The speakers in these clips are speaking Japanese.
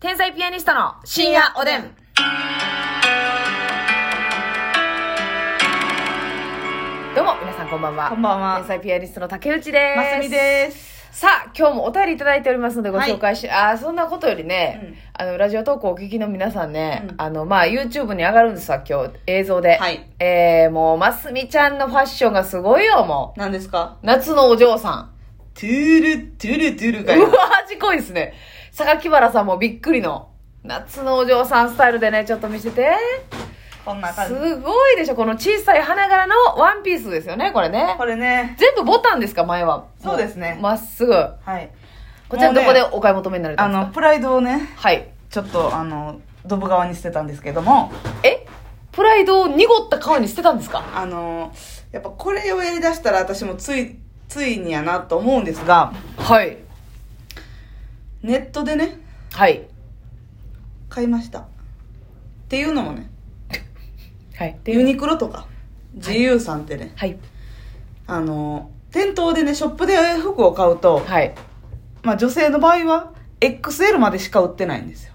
天才ピアニストの深夜おでん。どうも、皆さんこんばんは。こんばんは天才ピアニストの竹内です。ますみです。さあ、今日もお便りいただいておりますのでご紹介し、ああ、そんなことよりね、うんあの、ラジオ投稿をお聞きの皆さんね、うんあの、まあ、YouTube に上がるんですわ、今日、映像で。はいえー、もう、ますみちゃんのファッションがすごいよ、も何ですかう。夏のお嬢さん。トゥール、トゥル、トゥルかうわよ。ー、味濃いですね。榊原さんもびっくりの、夏のお嬢さんスタイルでね、ちょっと見せて。こんな感じ。すごいでしょ、この小さい花柄のワンピースですよね、これねこ。れね。全部ボタンですか、前は。そうですねまっすぐ。はい。こちらどもこうねでお買い求めになれたあんですの、かプライドをね、はい。ちょっと、あの、ドブ川に捨てたんですけども、えプライドを濁った川に捨てたんですかあの、やっぱこれをやりだしたら私もつい、ついにやなと思うんですが、はい。ネットでね、はい。買いました。っていうのもね、はい。ユニクロとか、GU さんってね、はい。あの、店頭でね、ショップで服を買うと、はい。まあ女性の場合は、XL までしか売ってないんですよ。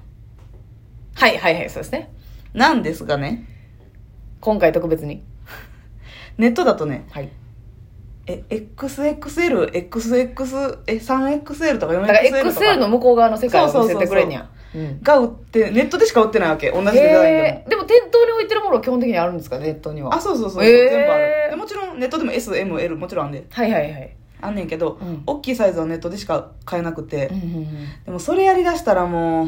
はい、はい、はい、そうですね。なんですがね、今回特別に。ネットだとね、はい。え、XXL、XX、え、3XL とだか 4XL とか。から XL の向こう側の世界を見せてくれんや。うんが売って、ネットでしか売ってないわけ。同じデザインでへも。ーでも店頭に置いてるものは基本的にあるんですかネットには。あ、そうそうそう。へー全部ある。でもちろん、ネットでも S、M、L もちろんあんで。はいはいはい。あんねんけど、うん大きいサイズはネットでしか買えなくて。うんうんうんでもそれやりだしたらもう、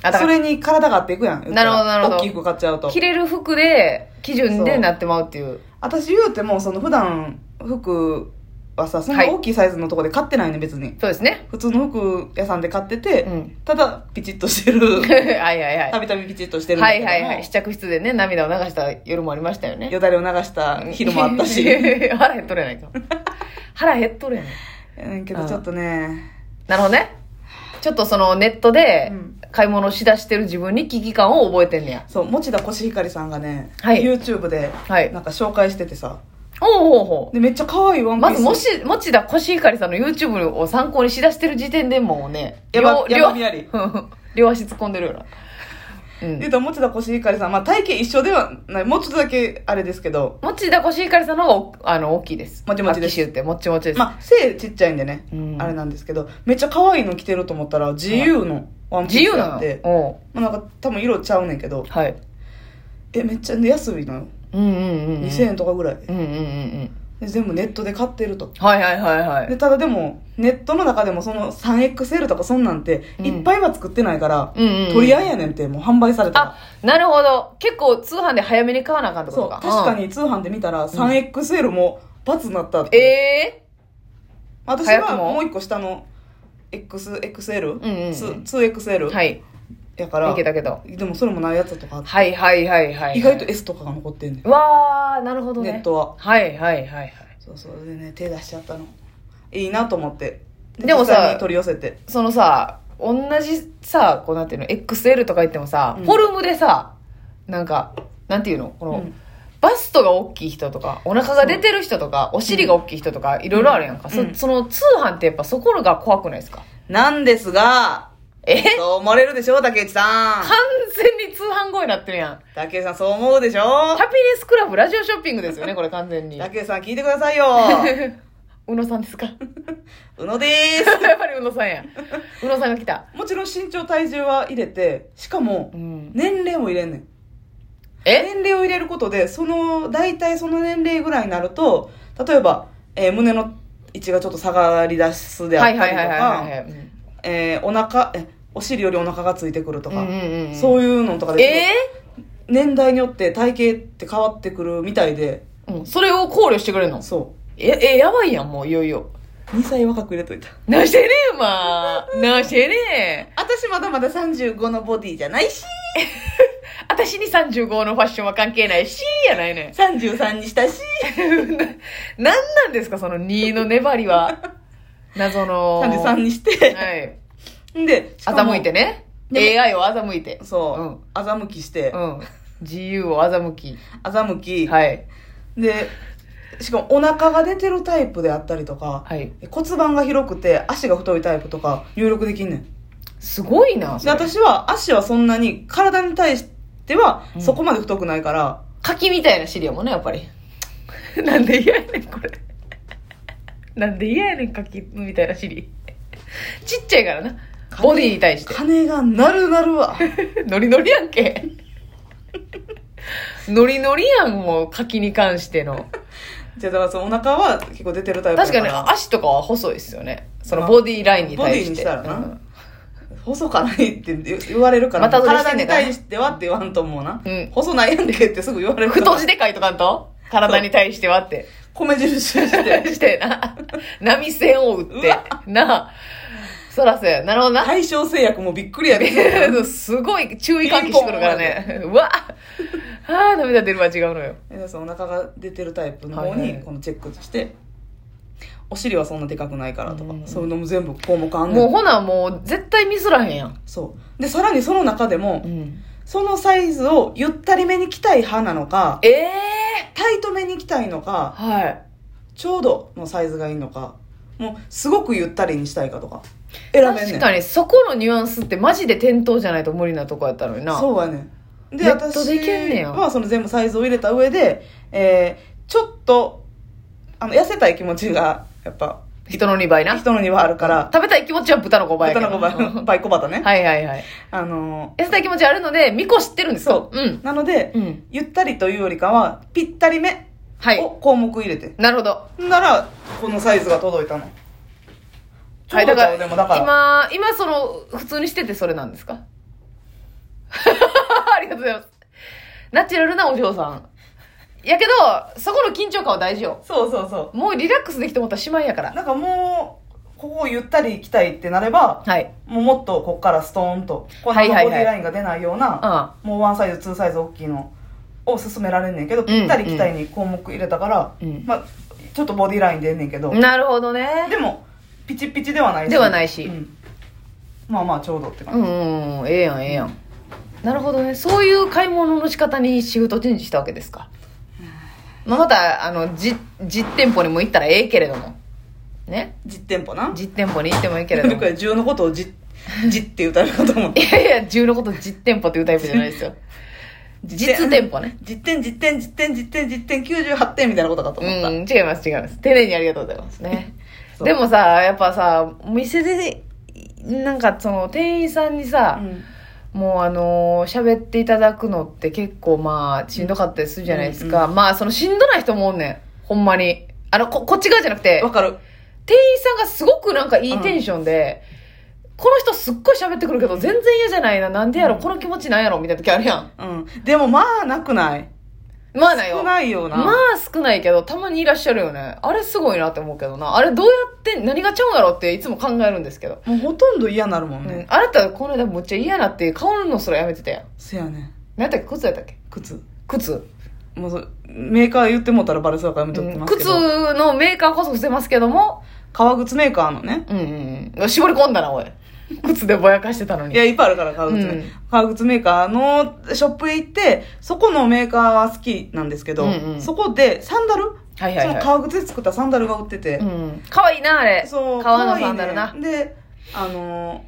あ、だかそら、れに体が合っていくやん。言ったなるほらどなるほど大きい服買っちゃうと着。れる服で、基準でなってまうっていう。私言うても、その普段、服はさ、そんな大きいサイズのとこで買ってないね、別に。そうですね。普通の服屋さんで買ってて、うん ただピチッとしてるはいはいはい。たびたびピチッとしてるんだはけいどもはいはい。試着室でね、涙を流した夜もありましたよね。よだれを流した昼もあったし 腹減っとるやないか。腹減っとるやない。うんけどちょっとねなるほどね。ちょっとそのネットでうん買い物しだしてる自分に危機感を覚えてんねや。そう持田コシヒカリさんがね、はい YouTube ではいなんか紹介しててさおうほうほう。でめっちゃ可愛いワンピーまスず、もし、持田コシヒカリさんの YouTube を参考にしだしてる時点でもうね、やば両やばみあり 両足突っ込んでるよな。うで言ん。うと持田コシヒカリさん、まあ、体型一緒ではないもうちょっとだけあれですけど持田コシヒカリさんの方がお、あの、大きいです。もちもちです握手って、もっちもちです。まあ背ちっちゃいんでね、うんあれなんですけどめっちゃ可愛いの着てると思ったら自由のワンピ自ース由やなって、の。おうまあ、なんか多分色ちゃうねんけどはい。えめっちゃ安いのようんうんうんうん。 2000円とかぐらいうんうんうんうん。で全部ネットで買ってるとはいはいはいはでい。ただでもネットの中でもその 3XL とかそんなんてうんいっぱいは作ってないから、うんうんうん取り合いやねんってもう販売されたあら、なるほど。結構通販で早めに買わなあかんってこそとうか。確かうん。に通販で見たら 3XL もバツになったって、え私早くはももう一個下のう XXL2XL、んうん 2XL ー、はい。やからいけたけど。でもそれもないやつとかあって、はいはいはいはい。意外と S とかが残ってんねんわー、なるほどね。ネットははいはいはいはい。そうそうでね手出しちゃったのいいなと思ってでもさ実際に取り寄せてそのさ、同じさ、こうなんていうの、XL とか言ってもさ、うんフォルムでさ、なんか、なんていうのこの、うんバストが大きい人とか、お腹が出てる人とか、お尻が大きい人とか、いろいろあるやんか、うんそ。その通販ってやっぱそこのが怖くないですかなんですがえそう思われるでしょ竹内さん完全に通販声になってるやん。竹内さんそう思うでしょハピネスクラブラジオショッピングですよね、これ完全に。竹内さん聞いてくださいよ 宇野さんですか うのでーすやっぱり宇野さんや。宇野さんが来た。もちろん身長体重は入れてしかもうん。年齢も入れんねんえ年齢を入れることでその大体その年齢ぐらいになると例えば、えー胸の位置がちょっと下がりだすであっはたいりはいはいはいはいはいとか。えーお腹えお尻よりお腹がついてくるとか、うんうんうんうんそういうのとかで、え年代によって体型って変わってくるみたいでーうん。それを考慮してくれるのそえ、え、やばいやん、もういよいよ。う2歳若く入れといたなしてねえ、まあ。なしてねえ。私まだまだ35のボディじゃないし私に35のファッションは関係ないし、やないねん。 33にしたし な、なんなんですか、その2の粘りは。謎の。 33にしてはい。でしかも欺いてね。で AI を欺いて。そう、うん欺きしてうん。自由を欺き。欺き、はい。でしかもお腹が出てるタイプであったりとか、はい。骨盤が広くて足が太いタイプとか入力できんねんすごいな。そでれ私は足はそんなに体に対してはうんそこまで太くないから、柿みたいな尻やもんね、やっぱり。 なんで嫌やねん、これ。なんで嫌やねん、柿みたいな尻。ちっちゃいからな。ボディに対して。金がなるな るわノリノリやんけ。ノリノリやん、もう、柿に関しての。じゃあだからそのお腹は結構出てるタイプだ確かかにら足とかは細いですよね。そのボディラインに対して。ボディにしたらなうん細かないって言言われるから、またそれして体んねにんから対してはって言わんと思うな、うん細ないやんけってすぐ言われるから太字でかいとかんと体に対してはって。米印して してな。波線を打っうてわ。なあ。そらせ。なるほどな。対象製薬もびっくりやで、 すごい注意喚起してくるからね。うわああ、涙出るわ、違うのよ。皆さんお腹が出てるタイプの方はいはにいこのチェックしてお尻はそんなでかくないからとか、うんそういうのも全部項目あんねもうんほな、もう絶対ミスらへんやん。そうでさらにその中でも、ん、そのサイズをゆったりめに着たい派なのかええタイトめに着たいのかはい。ちょうどのサイズがいいのかもうすごくゆったりにしたいかとか選べんね確んかに、そこのニュアンスってマジで店頭じゃないと無理なとこやったのにな。そうやねんでネット私でいけんねやはその全部サイズを入れた上で、えー、ちょっとあの痩せたい気持ちがやっぱ人の2倍な。人のにはあるから食べたい気持ちは豚の5倍やけ豚ど。の 子バイバイコバタね、はいはいはい。あの痩せたい気持ちあるので、みこ知ってるんですか。そうんー。なので、うん。ゆったりというよりかはぴったりめはい。を項目入れて、なるほど。ならこのサイズが届いたのちょはうい、どだかちゃら、うでもだから今、今その、普通にしててそれなんですか ありがとうございます。ナチュラルなお嬢さん。やけど、そこの緊張感は大事よ。そうそうそもうリラックスできてもらったらしまいやかうら。なんかもうここをゆったり行きたいってなればはい。もうもっとこっからストーンとこんなはいはいはいボディラインが出ないような、うん。もうワンサイズツーサイズ大きいのを勧められんねんけど、んぴったり期待に項目入れたから、うんまあ、ちょっとボディライン出んねんけど、なるほどねで。もピチピチではないしではないしうんまあまあちょうどってう感んじ、うんうん、ええやん、ええやん。なるほどね。そういう買い物の仕方にシフトチェンジしたわけですか。まあ、また、あの、じ実店舗にも行ったらええけれども。ね。実店舗な実店舗に行ってもいいけれどだもか。ら重要の ことを実実って言うたるかと思っいてやいや、銃のこと実店舗っていうタイプじゃないです よ。実店舗ね。実点実点実点実点実点98点みたいなことかとう 思った、ん、違います、違います。丁寧にありがとうございますね。 そうでもさ、やっぱさ、お店で、なんかその店員さんにさ、うんもうあのー喋っていただくのって結構まあ、しんどかったりするじゃないですか。まあ、そのしんどない人もおんねん。ほんまに。あの、こ、こっち側じゃなくてわ、かる店員さんがすごくなんかいいテンションで、この人すっごい喋ってくるけど、全然嫌じゃないな、なんでやろ、この気持ちなんやろ、みたいな時あるやん。うんでもまあなくないまあなよ。少ないような、まあ少ないけど、たまにいらっしゃるよね。あれすごいなって思うけどな。あれどうやって、何がちゃうんやろっていつも考えるんですけど。もうほとんど嫌なるもうんんね、。あなた、この間むっちゃ嫌なって、顔塗るのすらやめてたやん。せやねん何やったっけ靴やったっけ靴靴。もうそメーカー言ってもうたらバレそうやからやめとってうんますけ靴ど、のメーカーこそ伏せますけども、革靴メーカーのねうんうんうん。絞り込んだな、おい。靴でぼやかしてたのいに。やいっぱいあるから革靴、ねうん革靴メーカーのショップへ行ってそこのメーカーは好きなんですけど、うんうんそこでサンダル、はいはいそのは革靴で作ったサンダルが売ってて、い。うん。かわいいな、あれ。そう革のサンダル可な愛。いねであの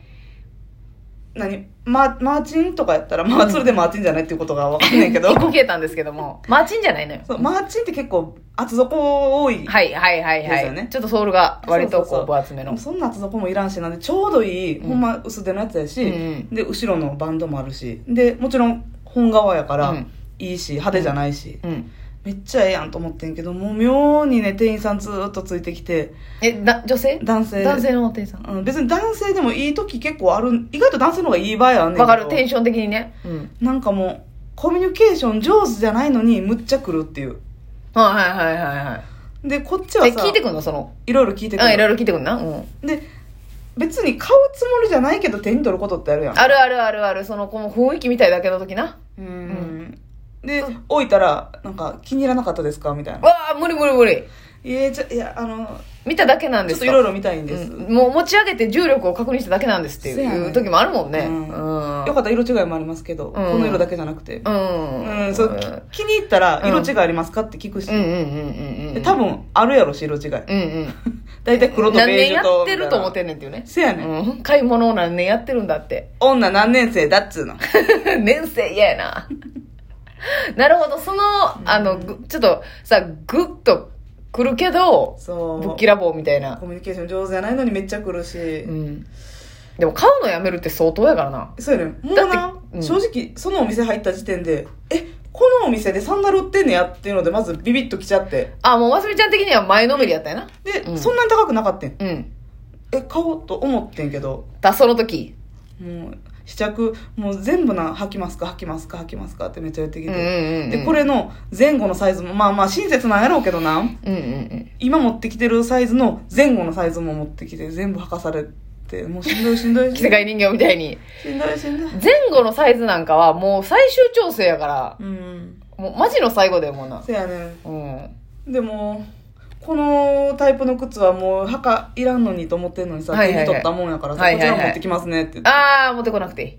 ー何ママーチンとかやったら、まあ、それでマーチンじゃないっていうことが分かんないけ ど一個消えたんですけども。マーチンじゃないのよ。そうマーチンって結構厚底多い、はいはいはいではすい。よねちょっとソールが割とそうそうこそうう分厚めの。そんな厚底もいらんしなんでちょうどいい、うんほんま薄手のやつやし、うんうんで後ろのバンドもあるしでもちろん本革やから、うんいいし派手じゃないし、うん。めっちゃええやんと思ってんけどもう妙にね店員さんずーっとついてきてえ、だ、女性男性男性の店員さん。うん、別に男性でもいい時結構ある意外と男性の方がいい場合あんねんけどわかる、テンション的にね。うん。なんかもうコミュニケーション上手じゃないのにむっちゃくるっていうはいはいはいはいは。でこっちはいえ、さ聞いてくんのその。いろいろ聞いてくあ、いろるいろ聞いてくんな。うん。で別に買うつもりじゃないけど手に取ることってあるやんあるあるあるある、その、この雰囲気みたいだけの時な。うんで、置いたらなんか気に入らなかったですかみたいなわあ、無理無理無理。いやじゃいやあの見ただけなんちでょっすとかいろいろ見たいんです、うんもう持ち上げて重力を確認しただけなんですってそうやいねう時もあるもんね。ううんん。うん。よかったら色違いもありますけど、この色だけじゃなくてうん、うん。そううんき気に入ったら色違いありますかって聞くし、うんうんうんうんうん。で多分あるやろし色違うい、んうん。だ大体黒とベ何ー年ジュやとってると思ってんねんっていうね。せやねん、うん、買い物を何年やってるんだって。 女何年生だっつうの年生嫌やな。 なるほど、その、あの、ぐちょっとさ、グッと来るけど、そうぶっきらぼうみたいな。コミュニケーション上手じゃないのにめっちゃ来るし、うん。でも買うのやめるって相当やからな。そうやねんもうだなって、うん正直そのお店入った時点でえこのお店でサンダル売ってんねやっていうのでまずビビッと来ちゃってあ、もうますみちゃん的には前のめりやったよな。で、うんそんなに高くなかったんうん。え買おうと思ってんけどだ、その時。もう試着もう全部な履きますか履きますか履きますかってめっちゃ言ってきうんうんて、うん。でこ。れの前後のサイズもまあまあ親切なんやろうけどなうんうんうん。今持ってきてるサイズの前後のサイズも持ってきて全部履かされてもうしんどいしんどい着しせ んどい替え人形みたいに。しんどいしんどい前後のサイズなんかはもう最終調整やから、うんもうマジの最後だよもうな。せやねうん。んでもこのタイプの靴はもう履かいらんのにと思ってんのにさ、はいはいはい手に取ったもんやからさ、はいはいはいこちら持ってきますねって言ってあー、持ってこなくていい。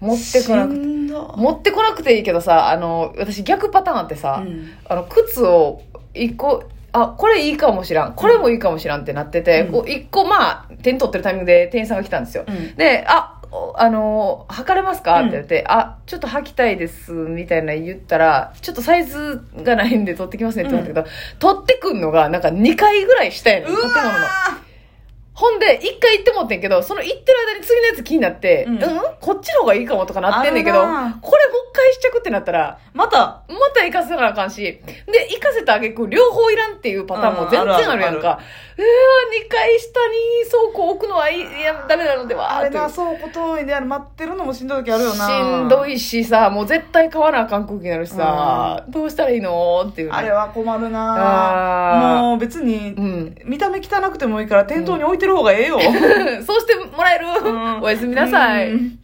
持ってこなく。してんど持ってこなくていいけどさ、あの、私逆パターンあってさ、うんあの、靴を一個、あ、これいいかもしらん。これもいいかもしらんってなってて、うんこう一個まあ、手に取ってるタイミングで店員さんが来たんですよ。うんで、あ、おあのー、測れますかうっんて言って、あ、ちょっと履きたいです、みたいな言ったら、ちょっとサイズがないんで取ってきますねって言ったけど、取ってくんのが、なんか2回ぐらいしたやねん、うわ建物の。ほんで、一回行ってもってんけど、その行ってる間に次のやつ気になって、ううんん、こっちの方がいいかもとかなってんねんけど、こあれるもなう一回試着ってなったら、ーまたまた行かせなあかんし、で、行かせたあげく、両方いらんっていうパターンも全うんある然ああるるやんか。うわー、二回下に倉庫置くのはいいいや、ダメなのでは、あれといなうそうこといである待ってるのもしんどい時あるよなしんどいしさ、もう絶対買わなあかん空気になるしさ、どうしたらいいのっていうね、あれは困るなあーもう別にうん。 見た目汚くてもいいから店頭に置いてる方がええよ、そうしてもらえる、んおやすみなさい。うん